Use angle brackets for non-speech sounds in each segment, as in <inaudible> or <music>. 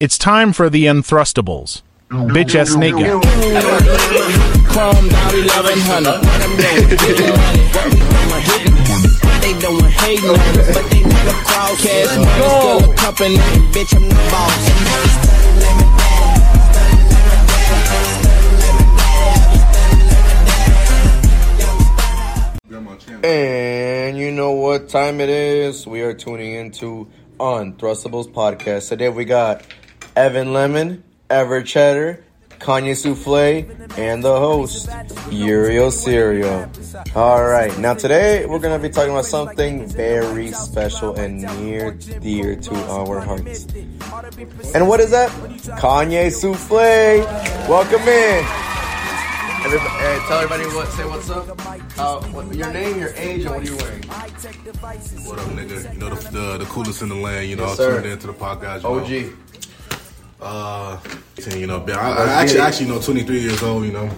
It's time for the Unthrustables. Bitch ass snake guy. Chrome Dolly loving hunter. What I'm doing, getting money. I'm hitting money. They doing hating on us, but they never crowd cash. Money still a company, bitch. I'm the boss. And you know what time it is? We are tuning into Untrustables podcast. Today we got Evan Lemon, Ever Cheddar, Kanye Souffle, and the host, Uriel Cereal. Alright, now today we're gonna be talking about something very special and near dear to our hearts. And what is that? Kanye Souffle! Welcome in! Everybody, uh, tell everybody what. Say what's up. Uh, what, your name, your age, and what are you wearing? What up, nigga? You know the, the, the coolest in the land. You know, Yes, I sir. tuned into the podcast. You OG. Know, uh, saying, you know, I, I actually, actually, you know, 23 years old. You know,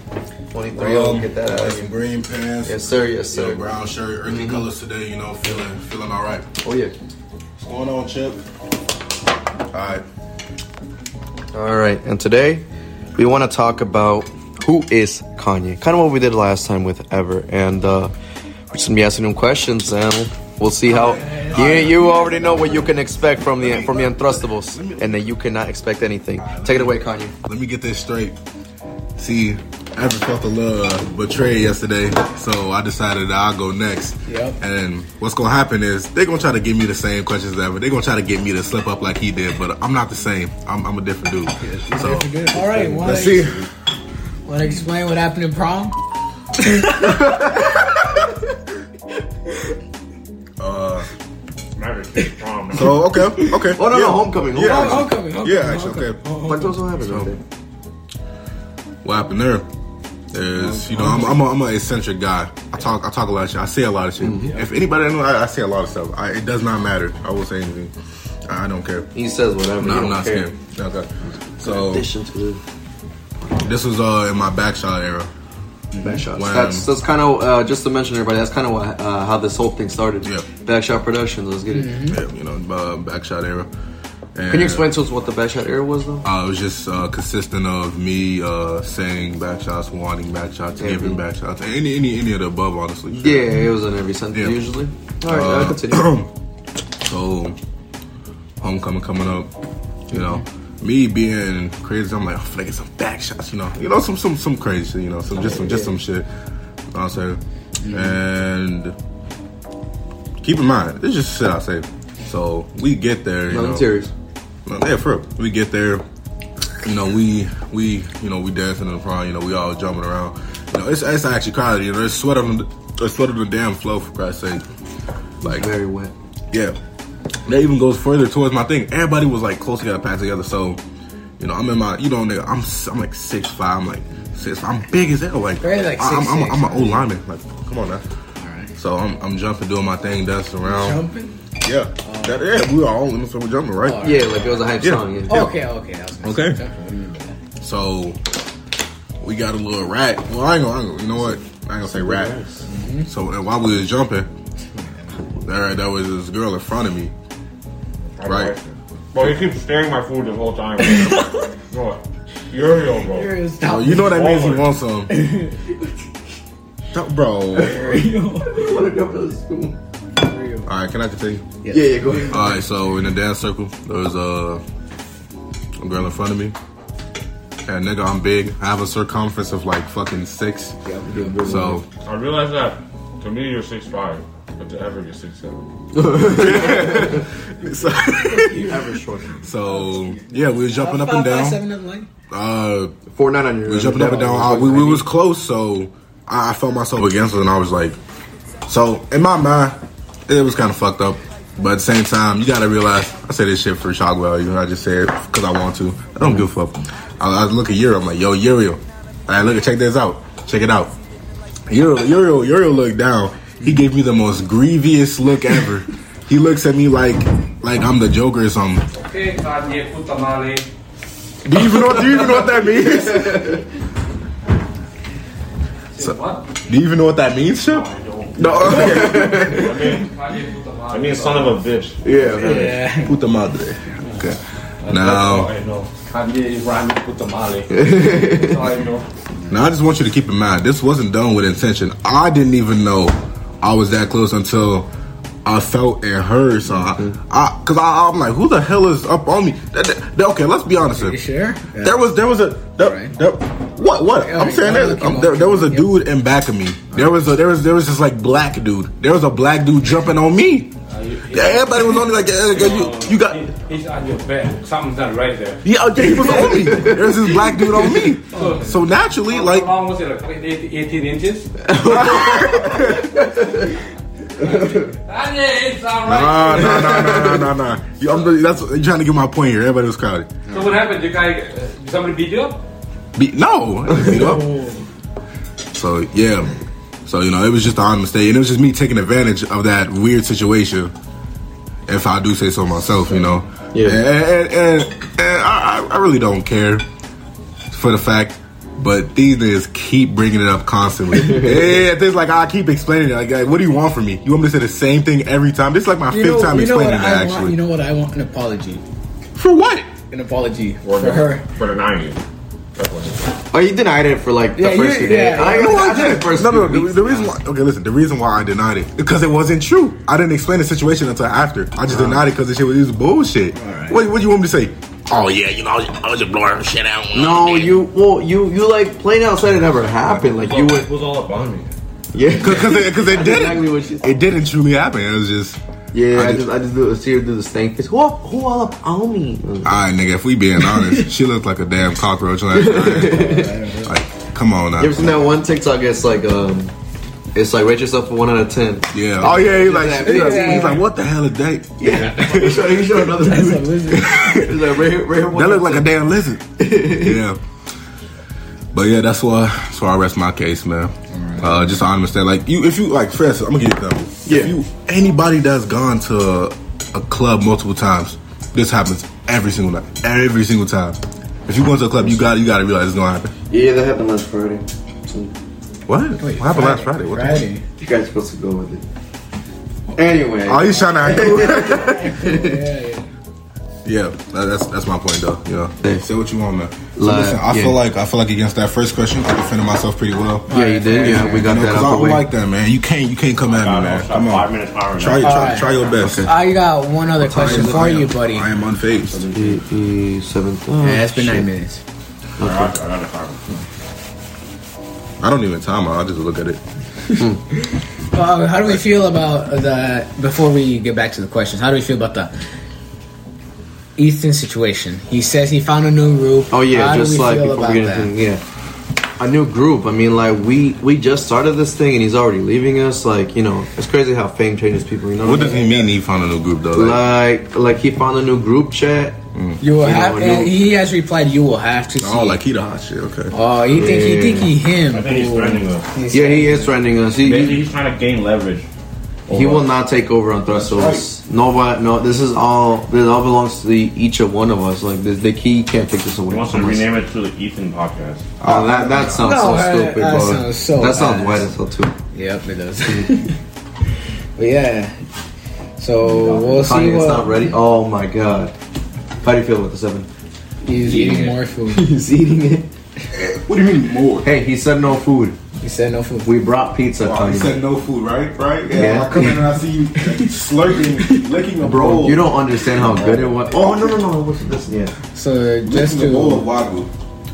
23. I'll Um, get that out got of some you. green pants. Yes, sir. Yes, You know, sir. brown shirt, earthy colors today. You know, feeling feeling all right. Oh yeah. What's going on, Chip? All right. All right. And today, we want to talk about who is Kanye. Kind of what we did last time with Ever, and uh, we're just gonna be asking him questions, and we'll see how. You, you already know what you can expect from the from the Untrustables, and that you cannot expect anything. Take it away, Kanye. Let me get this straight. See, Ever felt a little uh, betrayed yesterday, so I decided that I'll go next. Yep. And what's gonna happen is they're gonna try to give me the same questions as Ever. They're gonna try to get me to slip up like he did, but I'm not the same. I'm, I'm a different dude. So All right, want let's see. to explain what happened in prom? Oh, Maverick did prom. So, So okay, okay. Oh, no, no, Yeah. homecoming, Yeah, homecoming. actually. Homecoming, homecoming, Yeah, actually, okay. Oh, What does happen right there? What happened there? Is you know I'm I'm a, I'm an eccentric guy. I talk I talk a lot of shit. I say a lot of shit. Mm-hmm. If anybody know, I, I say a lot of stuff. I, it does not matter. I will say anything. I, I don't care. He says whatever. No, you I'm don't not care. scared. Okay. So Addition to the this was uh in my backshot era. Back shots. When- That's that's kind of uh, just to mention everybody. That's kind of uh, how this whole thing started. Yeah. Backshot Productions. Let's get it. Yeah, you know, uh, backshot era. And, Can you explain to us what the Backshot era was, though? Uh, it was just uh, consistent of me uh, saying backshots, wanting backshots, giving backshots, any any any of the above, honestly. Mm-hmm. yeah, it was in every sentence Yeah. usually. All right, uh, Uh, <clears throat> continue. So, homecoming coming up, you know. Me being crazy, I'm like, I feel like some back shots, you know, you know, some some some crazy, shit, you know, some just some just some shit. You know what I'm saying, and keep in mind, it's just shit I say. So we get there, you No, know. I'm serious. No, yeah, for real. We get there, you know, we we you know we dancing in the prom, you know, we all jumping around. You know, it's it's actually crowded. You know, there's sweat on the there's sweat on the damn floor for Christ's sake. Like Very wet. yeah. That even goes further towards my thing. Everybody was like close together, packed together. So, you know, I'm in my, you know, nigga, I'm s- I'm like six five. I'm like six. I'm big as hell. Like, Right, like I- I'm, I'm, 6'6". I'm an old lineman. Like, come on now. So I'm, I'm jumping, doing my thing, dancing around. Jumping? Yeah, that, yeah, we were all in, so we're jumping, right? Yeah, like it was a hype Yeah. song. Yeah. Oh. Okay, okay. I was gonna Okay. say jumping. What do you mean by that? So we got a little rat. Well, I ain't gonna, I ain't gonna you know what? I ain't gonna say rat. So and while we was jumping, there, there was this girl in front of me, right? Bro, you keep staring my food this whole time. <laughs> bro, Here Uriel, bro. is stop. Bro, Oh, you know that means he Forward. wants <laughs> some. Don't- bro. All right, can I continue? Yeah, yeah, go ahead. All right, so in the dance circle, there was uh, a girl in front of me. And nigga, I'm big. I have a circumference of like fucking six. So I realize that to me you're six five, but to Everett you're six seven. So, so yeah, we were jumping up and down. Uh, Four nine on your. we were jumping up and down. Uh, we, we was close, so I, I felt myself against it, and I was like, so in my mind, it was kind of fucked up. But at the same time, you gotta realize I say this shit for shock value. I just say it because I want to. I don't give a fuck. I, I look at Euro. I'm like, yo, Uriel. I look at check this out. Check it out. Euro, Euro, Euro looked down. He gave me the most grievous look ever. he looks at me like, like I'm the Joker or something. Do you even know? Do you even know what that means? So- Do you even know what that means, Chip? No. Okay. I mean, son of a bitch. yeah. Yeah. Puta madre. Okay. No. I know. Kanye is rhyming with tamale. That's all I know. Now I just want you to keep in mind this wasn't done with intention. I didn't even know I was that close until I felt and heard. So I, Mm-hmm. I cause I, I'm like, who the hell is up on me? That- that- okay, let's be honest. here. You sure? Yeah. There was there was a there, Right. there- what what Yeah, I'm saying yeah, that, okay, um, there, there was a okay. dude in back of me. There was a there was there was this like black dude. There was a black dude jumping on me. Uh, Yeah, everybody was on me like yeah, yeah, you, you got He- He's on your back. Something's not right there. yeah okay, he was on me. There's this black dude on <laughs> me. So naturally, like How long was it? Like eight- 18 inches? Kanye, it's all Nah, right. nah, nah, nah, nah, nah, nah. You- I'm really- that's you're trying to get my point here. Everybody was crowded. So what happened? The guy, uh, did somebody beat you up? Be- no, I didn't beat up. So yeah, so you know it was just an honest mistake, and it was just me taking advantage of that weird situation. If I do say so myself, you know. Yeah. And, and, and, and I, I I really don't care for the fact. But these niggas keep bringing it up constantly. yeah, things like I keep explaining it. Like, like, what do you want from me? You want me to say the same thing every time? This is like my You fifth know, time you know explaining what it. I Actually, want? You know what I want? An apology. for what? An apology for her. But an onion. Oh, you denied it for like the Yeah, first few you- days. yeah, I, yeah. I, No, I, I did didn't. it first. No, no, few the, weeks. the reason why. Okay, listen. The reason why I denied it because it wasn't true. I didn't explain the situation until after. I just denied it because the shit was, it was bullshit. Alright. What, what do you want me to say? Oh yeah, you know, I was, I was just blowing her shit out. No, you well, you you like playing outside. It never happened. Like you It would, was all up on me. <laughs> yeah, Because it, 'cause it That's didn't. exactly what she said. It didn't truly happen. It was just. yeah. I I did- just I just do, see her do the stank face. Who up- who all up on me? All right, nigga. If we <laughs> being honest, she looked like a damn cockroach. Last night. like, come on now. You ever seen that one TikTok? It's like um, it's like rate yourself a one out of ten. Yeah. Oh yeah. He's like, Yeah. he's like, he's like, what the hell is that? Yeah, <laughs> he showed, he showed another That's a dude. lizard. He's like, rate, rate her one That out looked like of a damn lizard. <laughs> yeah. But yeah, that's why that's why I rest my case, man. Uh, just an honest mistake. Like you, if you like, for instance, I'm gonna get them. Yeah. If you anybody that's gone to a, a club multiple times, this happens every single night, every single time. If you go into a club, you got you got to realize it's gonna happen. 10. Yeah, that happened last Friday. So What? Wait, what happened last Friday? What the- Friday. you guys are supposed to go with it. Anyway, Oh, you trying to act Yeah, yeah. <laughs> Yeah, that, that's that's my point though. You know, Yeah. say what you want, man. So Like, listen, I yeah. feel like I feel like against that first question, I defended myself pretty well. yeah, you did. Yeah, we got You know, that 'cause I out the don't way. like that, man. You can't, you can't come at me, man. Come Five on, minutes higher. try, All try, right. try your best. I Ah, got one other question I am- for I am- you, buddy. I Yeah, am unfazed. It is seven. Oh, it's been shit. nine minutes. I don't even time. out, I just look at it. Uh, how do we feel about the? Before we get back to the questions, how do we feel about the Ethan situation? He says he found a new roof. Oh yeah, how do just we like feel before we about get that? into yeah, a new group. I mean, like we we just started this thing and he's already leaving us. Like you know, it's crazy how fame changes people. You know, What does he mean? He found a new group though. Like, Like like he found a new group chat. Mm. You will You know, have. a new- and he has replied. You will have to. See. oh, like he the hot shit. Okay. Uh, Oh, you think he Yeah. think he him? I think he's Ooh. threatening us. He's- Yeah, he is trending us. He, Basically, he, he's trying to gain leverage. he will not take over on thrust Nobody, no. This is all. This all belongs to the, each of one of us. Like the, the key can't take this away He wants to from us. rename it to the Ethan podcast. Oh, that that sounds No, so that- stupid, that bro. sounds so that sounds bad. white as hell too. Yep, it does. <laughs> but yeah. So we'll see Kanye's what not ready. Oh my god. How do you feel about the seven? he's eating more food. <laughs> He's eating it. What do you mean more? Hey, he said no food. He said no food. We brought pizza, Kanye. no food, right? Right? Yeah. I come in and I see you <laughs> slurping, licking a Bro, you don't understand how good it was. Oh no no no! What's this? Yeah, So just to wagyu.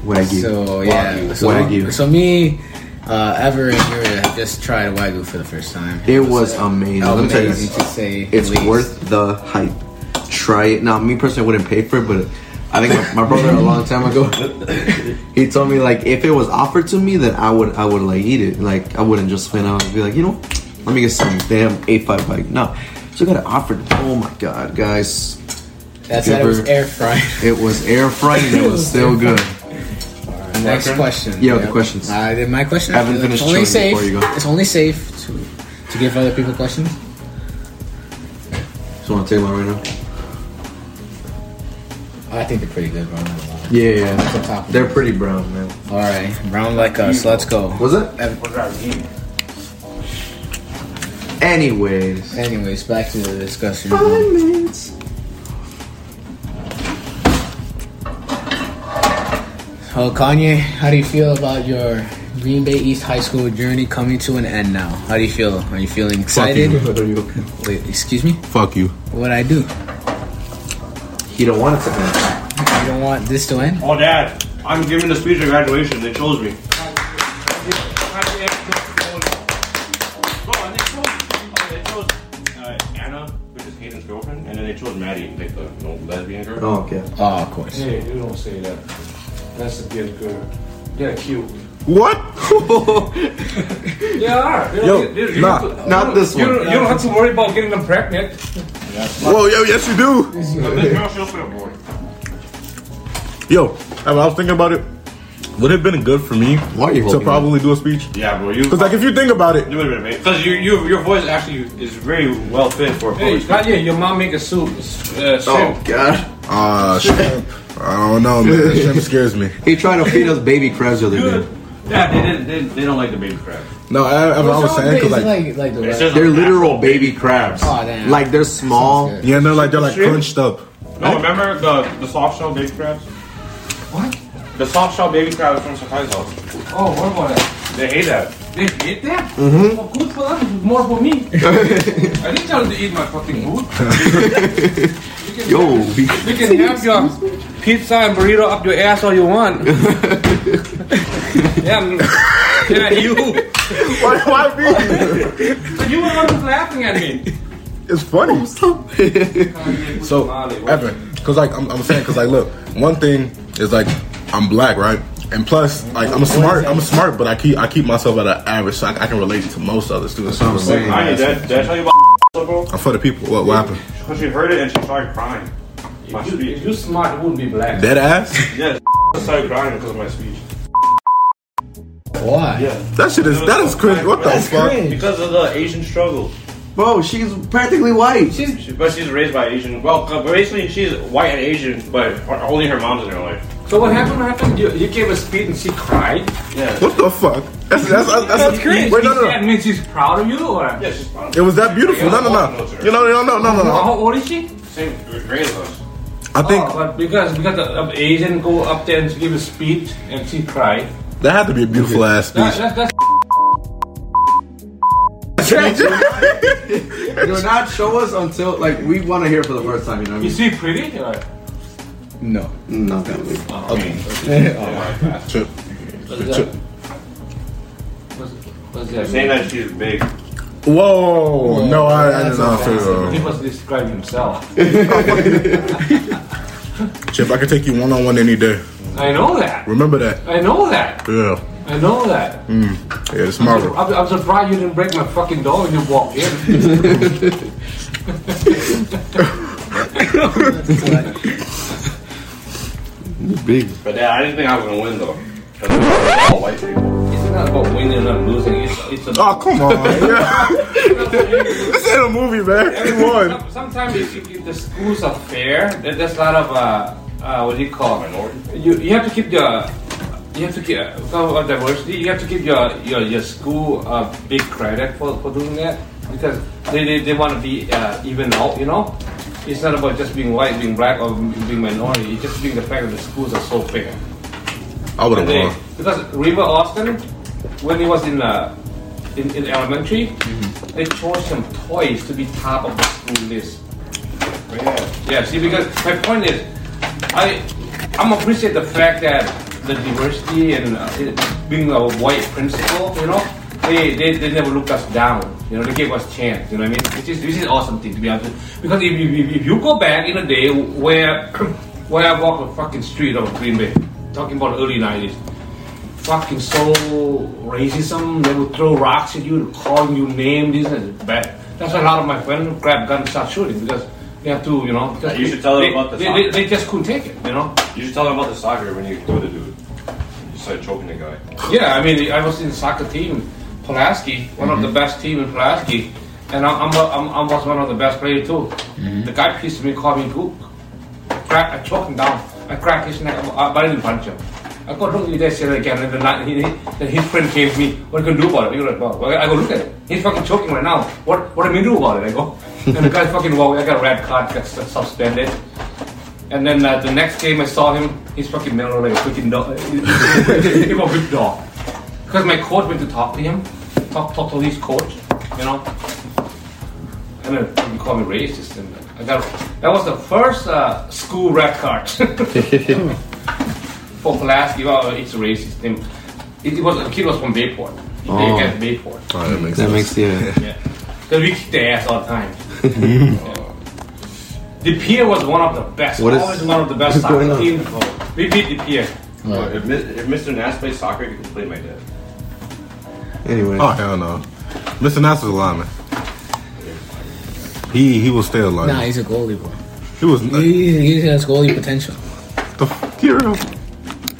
wagyu. so yeah. Wagyu. So, Wagyu. so me, uh, Ever and Yura just tried wagyu for the first time. it was amazing. Let me tell you, Amazing to say it's the least. worth the hype. Try it. Now, me personally wouldn't pay for it, but I think my, my brother a long time ago, <laughs> he told me like if it was offered to me, then I would I would like eat it. Like I wouldn't just spend out and be like, you know, let me get some damn eight five bike. No, so I got it offered. Oh my god, guys, That's that it was Ever- air fried. it was air fried and it was still good. Next question. Yeah, the questions. Uh, then my question. I haven't it's finished only chewing safe. before you go. It's only safe to to give other people questions. So want to take one right now. Oh, I think they're pretty good, bro. I'm not gonna lie. Yeah, Off the yeah. top. They're pretty brown, man. All right, round like us. Let's go. Was it? What does that mean? Anyways. Anyways, back to the discussion. Five minutes. Well, Oh, Kanye, how do you feel about your Green Bay East High School journey coming to an end now? How do you feel? Are you feeling excited? <laughs> Wait, excuse me? Fuck you. What I do? He don't want it to end. You don't want this to end? Oh, Dad, I'm giving the speech at graduation. They chose me. Uh, Anna, which is Hayden's girlfriend, and then they chose Maddie, like the you know, lesbian girl. Oh, okay. Oh, of course. Hey, you don't say that. That's a good girl. They're cute. What? They are. They Yo, don't- they- you nah, don't- not you this don't- one. You don't have to worry about getting them pregnant. Whoa, yo, yes you do. This girl, she also got bored. Yo, I mean, I was thinking about it. Would it have been good for me Why are you to holding probably do a speech? Yeah, bro, you. Because <laughs> like if you think about it, Wait a minute, mate. Because your you, your voice actually is very well fit for a Hey, poetry. Kanye, your mom make a soup. Uh, Oh shrimp. God! uh, shrimp. I don't know, man. Shrimp scares me. He tried to feed us baby crabs the other day. Yeah, they, didn't, they, they don't like the baby crab. No, I, I, I was Is saying it because like, like, like the rest- It's just They're like- literal baby crabs. Aw, damn. Like they're small. Sounds yeah, no, like they're like Shrimp? crunched up. No, remember the the soft shell baby crabs? What? The soft shell baby crab is from Sakai's house. Oh, what about that? They hate that. They did that? Well, good for them. More for me. I didn't tell them to eat my fucking food. Yo, we- You can have your pizza and burrito up your ass all you want. yeah, m- yeah, you. why, why me? But you were the one who's laughing at me. It's funny. So, Evan, because like I'm, I'm saying, because like look, one thing is like I'm black, right? And plus, like I'm smart, I'm smart, but I keep I keep myself at an average, so I, I can relate to most other students. what I'm saying. I man. did, that- did I tell you about <laughs> bro? I'm for the people. What, what happened? Because she heard it and she started crying. My You, speech. you smart, it wouldn't be black. Dead ass. Yeah, <laughs> started crying because of my speech. Why? That shit is that is crazy. What the fuck? <laughs> Because of the Asian struggle. Bro, she's practically white. She, but she's raised by Asian. Well, uh, basically, she's white and Asian, but only her mom's in her life. So what happened? What happened? You, you gave a speech and she cried. Yeah. What the fuck? That's that's that's, that's, crazy. Wait, no, no, That no. means she's proud of you, or Yeah, she's fine. It was that beautiful. No, no, no. You know, no, no, no, no, no. how old is she? Same grade as us. I think oh, but because because the uh, Asian go up there and she give a speech and she cried. that had to be a beautiful ass That, speech. that's that's Do not show us until like we want to hear it for the first time. You know what I you mean? see pretty. Or? No. Not that way. Chip. Chip. What's, what's that? Saying that she's big. Whoa! No, I, I did not He feel. uh, was describing himself. Chip, I could take you one on one any day. I know that. Remember that. I know that. Yeah. I know that. Yeah, it's Marvel. I'm, I'm surprised you didn't break my fucking door when you walked in. Big. But yeah, I didn't think I was gonna win though. 'Cause it's all white people. It's not about winning and losing. It's, it's a, <laughs> Oh, come on. Yeah. <laughs> <laughs> this ain't a movie, man. He won. Some- Sometimes if, if- if the schools are fair, there- there's a lot of uh, uh, what do you call it? You, you have to keep your you have to keep uh, talk about diversity. You have to give your your, your school uh, big credit for, for doing that because they they, they want to be uh, even out. You know, it's not about just being white, being black, or being minority. It's just being the fact that the schools are so fair. I would have They- won. because River Austin, when he was in uh, in, in elementary, they chose him twice to be top of the school list. Yeah, see, because my point is, I I'm appreciate the fact that the diversity and uh, it- being a white principal, you know, they, they, they never looked us down. You know, they gave us chance. You know what I mean? Which is which is awesome thing to be honest. with. Because if you, if, if you go back in a day where where I walk the fucking street of Green Bay, talking about early nineties, fucking so racism. They would throw rocks at you, calling you names. This and bad. That's why a lot of my friends grab guns and start shooting because they have to, you know. Just, You should tell them they, about the they, soccer. they, they just couldn't take it, you know. You should tell them about the soccer when you go to do it. You started choking the guy. Yeah, I mean, I was in soccer team, Pulaski, one of the best team in Pulaski, and I- I'm, a, I'm, I was one of the best player too. The guy pissed me, called me gook. Crack, I choked him down. I cracked his neck, I, I didn't punch him. I go, look at that shit again, and then, I, he, he- then his friend came to me, what are you gonna do about it? He was like, well, well, I go, look at it, he's fucking choking right now. What what am I gonna do about it? I go, and the guy fucking walked, I got a red card, got s- suspended. And then uh, the next game I saw him, he's fucking mellow like a freaking dog. <laughs> He's a big dog. Because my coach went to talk to him, talk, talk to his coach, you know. And then he called me racist. And I got, that was the first uh, school red card <laughs> for Pulaski. Well, it's a racist name. It, it was, the kid was from Bayport. He Oh. played against Bayport. Oh, that makes That sense. makes uh, yeah. Yeah. Because we kicked their ass all the <laughs> time. Yeah. The Pier was one of the best. What is- always one of the best what is soccer <laughs> going teams. We beat the Pier. Look, if, Mis- if Mr. Nash plays soccer, he can play my dad. Anyway, Oh hell no, Mr. Nasser's a lineman. He he was still a lineman. Nah, he's a goalie, bro. He was uh, He, he has goalie potential. the f- get her.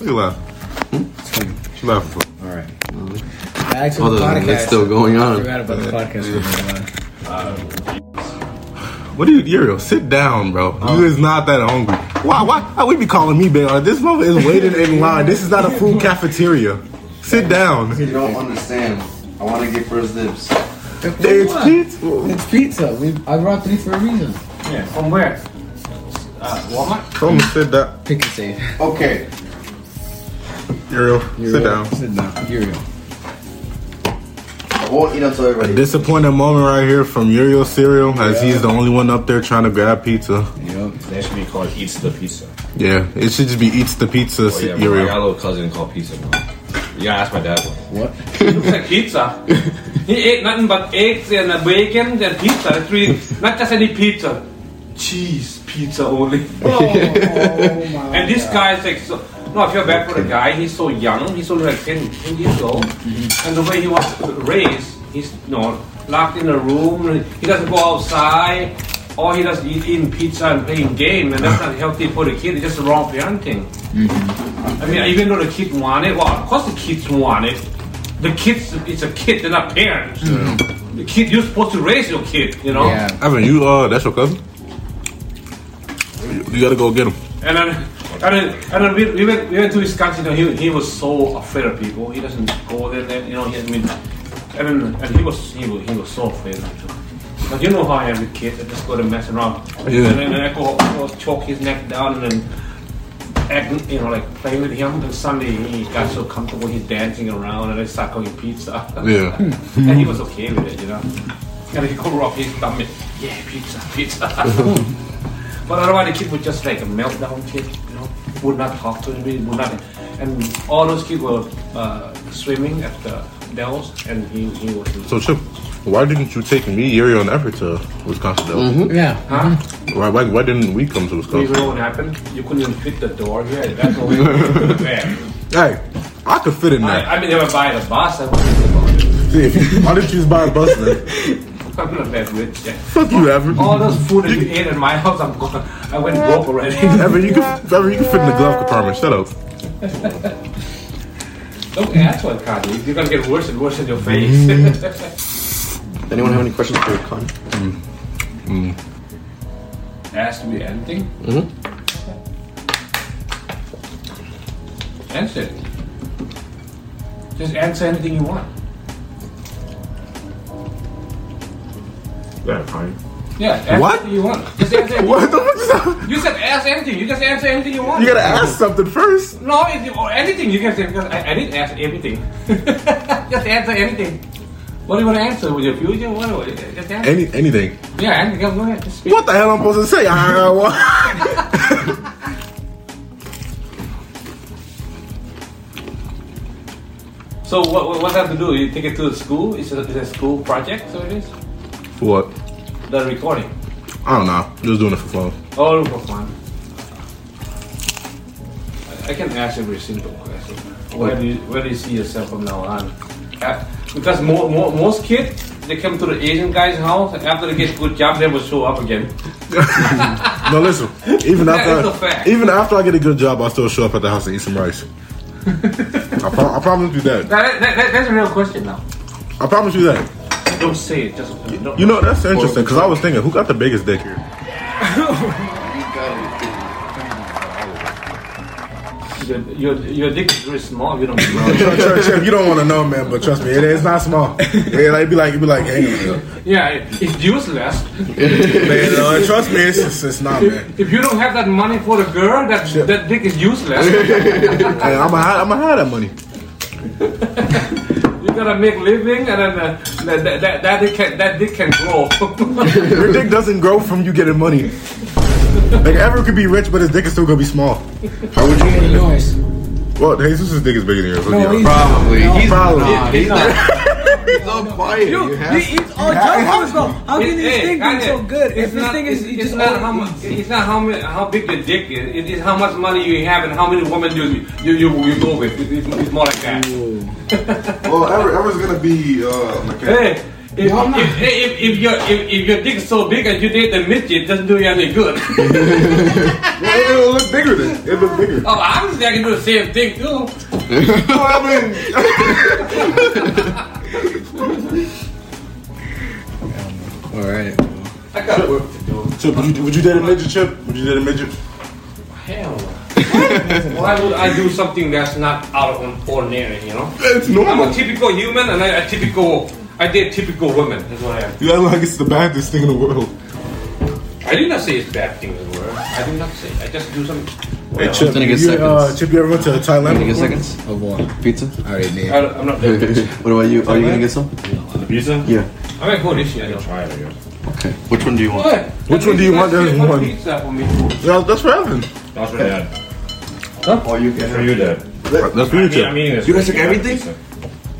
Look at laugh. She laughing. for- All right. Back to hold the on, podcast. that's still going I on. forgot about the podcast. What do you, Uriel? Sit down, bro. You is not that hungry. Uh. Why? Why? Why would be calling me bail? This mother is waiting in line. This is not a food cafeteria. Sit down. You don't understand. I want to get first dibs. It's pizza. It's pizza. We, I brought three for a reason. Yeah. From where? Uh, Walmart? Come sit down, Pick and save. Okay. Uriel. You're Sit real. down. Sit down. You're real. I won't eat until A everybody. disappointing moment right here from Uriel Cereal, as he's the only one up there trying to grab pizza. That should be called Eats the Pizza. Yeah, it should just be eats the pizza Oh, yeah, bro, I got Uriel. a little cousin called Pizza. Bro. You gotta ask my dad. Bro. What? Looks like <laughs> pizza. he ate nothing but eggs and uh, bacon and pizza. That's really not just any pizza. Cheese pizza only. <laughs> and this guy is like so. No, I feel bad for the guy. He's so young. He's only like 10, 10 years old. And the way he was raised, he's you know, locked in a room. He doesn't go outside. Or he doesn't eat eating pizza and playing game. And that's not healthy for the kid. It's just the wrong parenting. I mean, even though the kids want it, well, of course the kids want it. The kids, it's a kid, they're not parents. The kid, you're supposed to raise your kid, you know? Yeah. Evan, you uh, that's your cousin. You, you gotta go get him. And then, and then, and then we, we, went, we went to Wisconsin, and he, he was so afraid of people. He doesn't go there, then, you know, he, I mean, and, then, and he, was, he was he was so afraid of people. But you know how I am with kids, I just go to mess around. Yeah. And then and I go, go choke his neck down and then act, you know, like play with him. And Sunday he got so comfortable, he's dancing around and I start calling pizza. Yeah. And he was okay with it, you know. And he covered up his stomach. Yeah, pizza, pizza. <laughs> but otherwise, the kid was just like a meltdown kid, you know. Would not talk to anybody, would not. And all those kids were uh, swimming at the dells, and he, he was. So Chip, why didn't you take me, Uriel, and Everett to Wisconsin? Though? Yeah. huh? Why, why why didn't we come to You Wisconsin? know what happened? You couldn't even fit the door here. That's what we yeah. Hey, I could fit in there. I, I mean, they were buying a bus. <laughs> I wasn't thinking about See, if you- <laughs> why didn't you just buy a bus then? it. I'm not that rich <laughs> yet. Fuck you, Everett. All those food that you ate in my house, I'm gone. I went broke already. <laughs> Everett, you can Everett, you can fit in the glove compartment. Shut up. Don't ask what kind. You're gonna get worse and worse in your face. Mm. Anyone have any questions for Kanye? <laughs> ask me anything. Mm-hmm. Answer it. Just answer anything you want. Yeah, fine. Yeah, answer What? anything you want. Just answer anything. What the fuck is that? You said ask anything. You just answer anything you want. You gotta ask something first. No, if you, or anything you can say. Because I, I didn't ask everything. <laughs> just answer anything. What do you want to answer with your future? What? what- Just answer. Any anything. yeah, anything. Go ahead. Just speak. What the hell I'm supposed to say? Ah, what? So what? What, what have to do? You take it to the school. It's a, it's a school project. So it is. <laughs> For what? The recording. Oh, I don't know. Just doing it for fun. All for fun. I, I can ask every single question. Where do you, where do you see yourself from now on? Uh, because mo mo most kids, they come to the Asian guy's house and after they get good job, they will show up again. No, <laughs> listen. Even That is after a fact. even after I get a good job, I still show up at the house and eat some <laughs> rice. I, pro- I promise you that. That, that, that- that's a real question now. I promise you that. Don't say it. Just uh, don't. You know that's interesting because I was thinking, who got the biggest dick here? Your, your, your dick is very small. You don't know. Trust- trust- trust- <laughs> you don't want to know, man, but trust me, it, it's not <laughs> small. Yeah, like, it'd be like, it'd be like, hang on, <laughs> yeah, it- it's useless. man. You know, and trust me, it's, it's, it's not, man. If you don't have that money for a girl, that that dick is <laughs> useless. Hey, I'm gonna hide, I'm gonna hide that money. you gotta make living, and then uh, that, that, that that dick can that dick <laughs> can grow. Your dick doesn't grow from you getting money. Like, Everett could be rich, but his dick is still gonna be small. How would you? Hey, yours. Well, Jesus' dick is bigger than yours. let's be No, honest. he's- Probably. No, he's Probably. Nah, he's <laughs> not. he's all quiet. You, have He eats all junk food, bro. How can <laughs> this thing be so good? If this thing is you it's just not how much, overeat. it's not how many, how big your dick is. It is how much money you have and how many women you you you, you go with. It- it's, it's more like that. Well, Everett, Everett's gonna be. Uh, okay. Hey, if, No, I'm not. if, if, if your if, if your dick is so big and you date the midget, it doesn't do you <laughs> any good. Well, it- it'll look bigger than. It look <laughs> bigger. oh, obviously I can do the same thing too. Well, I mean, All right. I got work to do. Chip, would you would you date a midget, Chip? Would you date a midget? Hell. Why would I do something that's not out of ordinary? You know, It's I'm normal. a typical human and I, I typical I date typical women. That's what I am. You act like it's the baddest thing in the world. I did not say it's bad thing in the world. I did not say. I just do some. Hey, Chip, Then it gets you, uh, seconds. Chip, you ever went to Thailand? gonna get before? seconds? Oh boy. Pizza? All right, I, Nate. don't- I'm not there. <laughs> What about you? Are you gonna get some? The pizza? Yeah. I'm at go this year. though. Try it, I guess. Okay. Which one do you want? What? Which one do you want? Let's There's get one. Pizza for me. too. Yeah, that's for Evan. That's for dad. Oh, you can. For you, dad. That's for you, Yeah, I'm Chip. eating this. You guys took everything?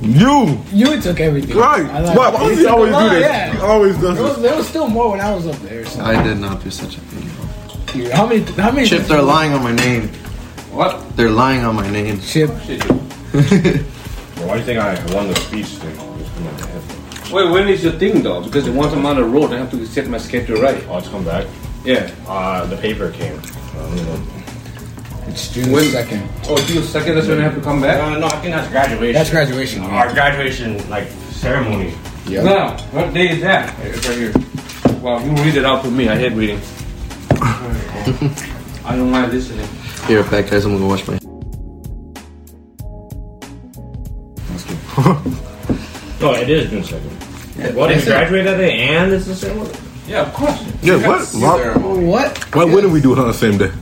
You You took everything. right? I like Why, it. why does You he took a always do lot, this? yeah. He always does There was, this. there was still more when I was up there. So. I did not do such a thing. How many? How many? Chip, they're lying on my name. What? They're lying on my name. Chip. Shit, you- Well, why do you think I won the speech thing? Just come on, man. Wait, when is your thing though? Because once I'm on the road, I have to set my schedule right. Oh, it's come back. Yeah. Uh, the paper came. Um, It's June When- second. Oh, June second. That's when I have to come back. uh, no, I think that's graduation. That's graduation. Our graduation like ceremony. No. What day is that? It's right here. Wow, you read it out to me. I hate reading. I don't mind listening. Here, back guys, I'm gonna go wash my. No, it is June second. What did you graduate that day and it's the ceremony? Yeah, of course. Yeah, what? Why, What? why wouldn't we do it on the same day?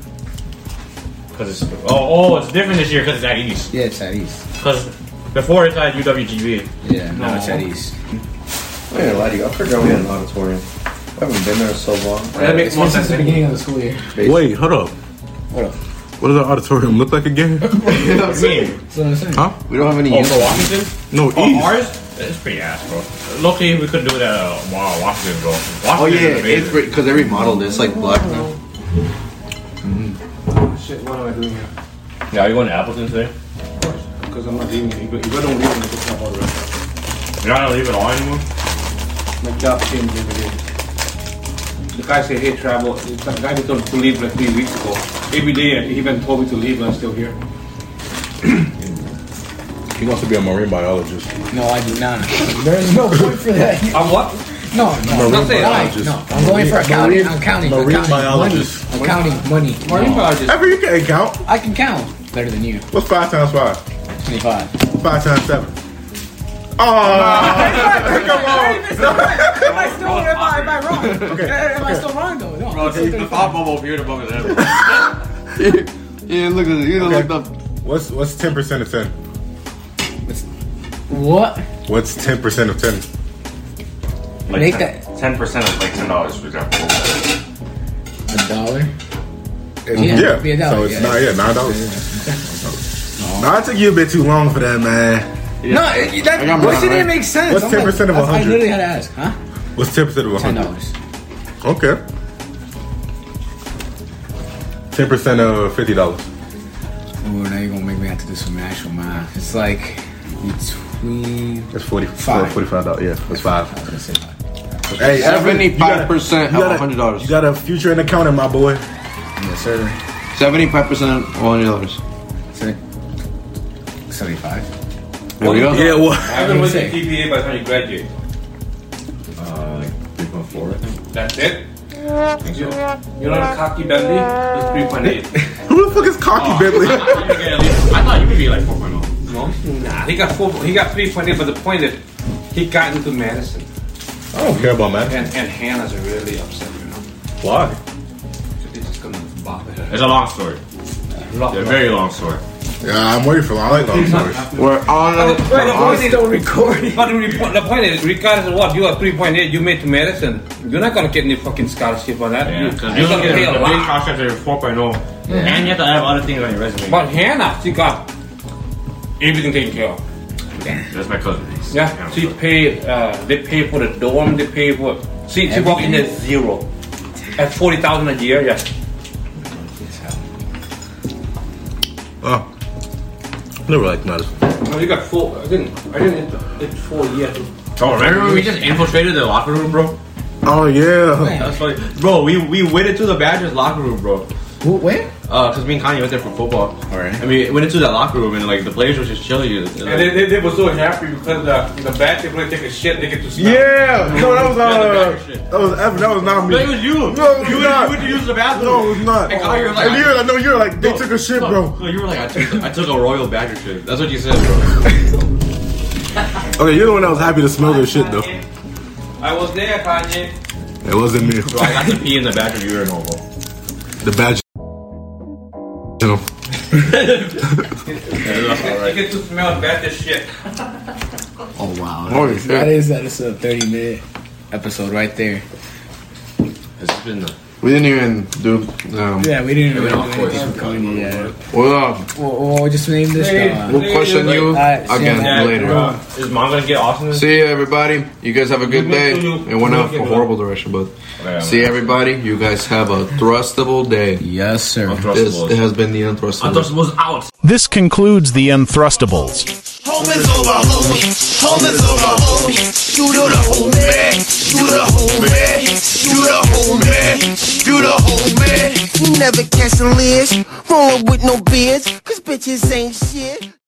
Because it's oh oh it's different this year because it's at East. Yeah, it's at East. Because before it's at UWGB. Yeah, no, No. it's at East. I ain't gonna lie to you. I forgot we had an auditorium. I haven't been there so long. That makes It's more been since sense. the beginning of the school year. Wait, hold up. What up? What does our auditorium look like again? That's what I'm saying. Huh? We don't have any. Oh, use- for Washington? No, Oh, East. ours? It's pretty ass, bro. Luckily, we could do that. Uh, wow, Washington, bro. Washington Oh yeah, is amazing. it's because they remodeled it. It's like black now. Shit, what am I doing here? Yeah, are you going to Appleton today? Because I'm not leaving. If I if I don't leave, I'm just not all right. You're not gonna leave it all anymore. My job changed every day. The guy said, hey, travel. The guy who told me to leave like three weeks ago. Every day, he even told me to leave, and I'm still here. He wants to be a marine biologist. No, I do not. There is no point for that. I'm what? No, no, Marine no, biologist. No, I'm going for accounting. I'm counting. marine accounting, biologist. Money. Accounting, money. Marine No. biologist. Ever you can count? I can count better than you. What's five times five? Twenty-five. Five times seven. Oh, Am I still? Am I, am I wrong? <laughs> Am I still wrong though? Oh, No. it's still 35. over here above that. Yeah, look at it. You Okay. looked up. what's what's ten percent of ten? What? What's ten percent of ten? Make that- ten percent of like ten dollars, for example. A dollar? Yeah, be a dollar, so it's yeah. not yeah nine dollars. No, I took you a bit too long for that, man. No, it, that, I got mine, what's it didn't right? make sense. What's I'm like- 10% of I- I 100? literally had to ask, huh? What's ten percent of a Ten hundred? dollars. Okay. Ten percent of fifty dollars. Ooh, Oh, now you're gonna make me have to do some actual math. It's like between. That's forty Five. Forty-five dollars. Yeah, that's five. I was gonna say five. Hey, Evan, you gotta- 75% you gotta- of $100. You got a future in accounting, my boy. Yes, sir. Seventy-five percent, one hundred dollars. Seven- Seventy-five. There we go. Yeah, well, I've been with the GPA by the time you graduate. Uh, like three point four. That's it? You- You're not a cocky belly? It's 3.8. Who the fuck is cocky <laughs> Bentley? I'm gonna get at least- I thought you would be like oh. 4.0. <laughs> No? Nah, he got 4. He got 3.8, but the point is, he got into medicine, I don't care about man. and and Hannah's really upset. You know, Why? it's just gonna bother her. It's a long story. A very long story. yeah, I'm waiting for. I like long stories. We're on But a. the- but the point is- recording. But the repo- the point is, regardless of what, you are 3.8, you made to medicine. You're not gonna get any fucking scholarship on that. Yeah, You- because you You're gonna don't get pay a a big lot. contract at 4.0, and you have to have other things on your resume. But Hannah, she got everything taken care of. That's my cousin. Yeah, she paid. Uh, they paid for the dorm. They paid for. She she walked in at zero, at forty thousand a year. Yeah. <laughs> Oh. Never liked medicine. No, you got four. I didn't. I didn't. It's four years. Oh, remember when we just infiltrated the locker room, bro? Oh yeah. That's funny. Bro, we, we went into the Badgers locker room, bro. Where? Uh, cause me and Kanye went there for football. Alright. And we went into that locker room and like the players were just chilling. And, And they, they, they were so happy because uh, the the back they really take a shit. They get to smell. Yeah. No, that was Yeah, the back uh, shit. that was Evan. That was not me. No, it was you. No, it was you not. went to use the bathroom. No, it was not. And Kanye was like, And you're, I know you're like they took a shit, no, bro. No, you were like, I took, I took a royal Badger shit. That's what you said, bro. Okay, you're the one that was happy to smell their shit though. I was there, Kanye. It wasn't me. Bro, I got to pee in the Badger urinal, bro. The badge. You know. You get to smell bad as shit. Oh wow. Holy shit. That is that is a 30 minute episode right there. It's been the We didn't even do. Um, Yeah, we didn't don't even voice yeah. Well, uh, Well, well, we just named this. Uh, we'll question you Alright, see you again later. later. Bro, is mom gonna get Austin? See you, everybody. You guys have a good day. It went off a horrible direction, but see you, everybody. You guys have a thrustable day. yes, sir. This it has been the unthrustable. was out. This concludes the Unthrustables. Home is over, homie. Home is over, homie. You do the home man. You the home man. You the home man. You the home man. You never catch a lid. Rolling with no beards. Cause bitches ain't shit.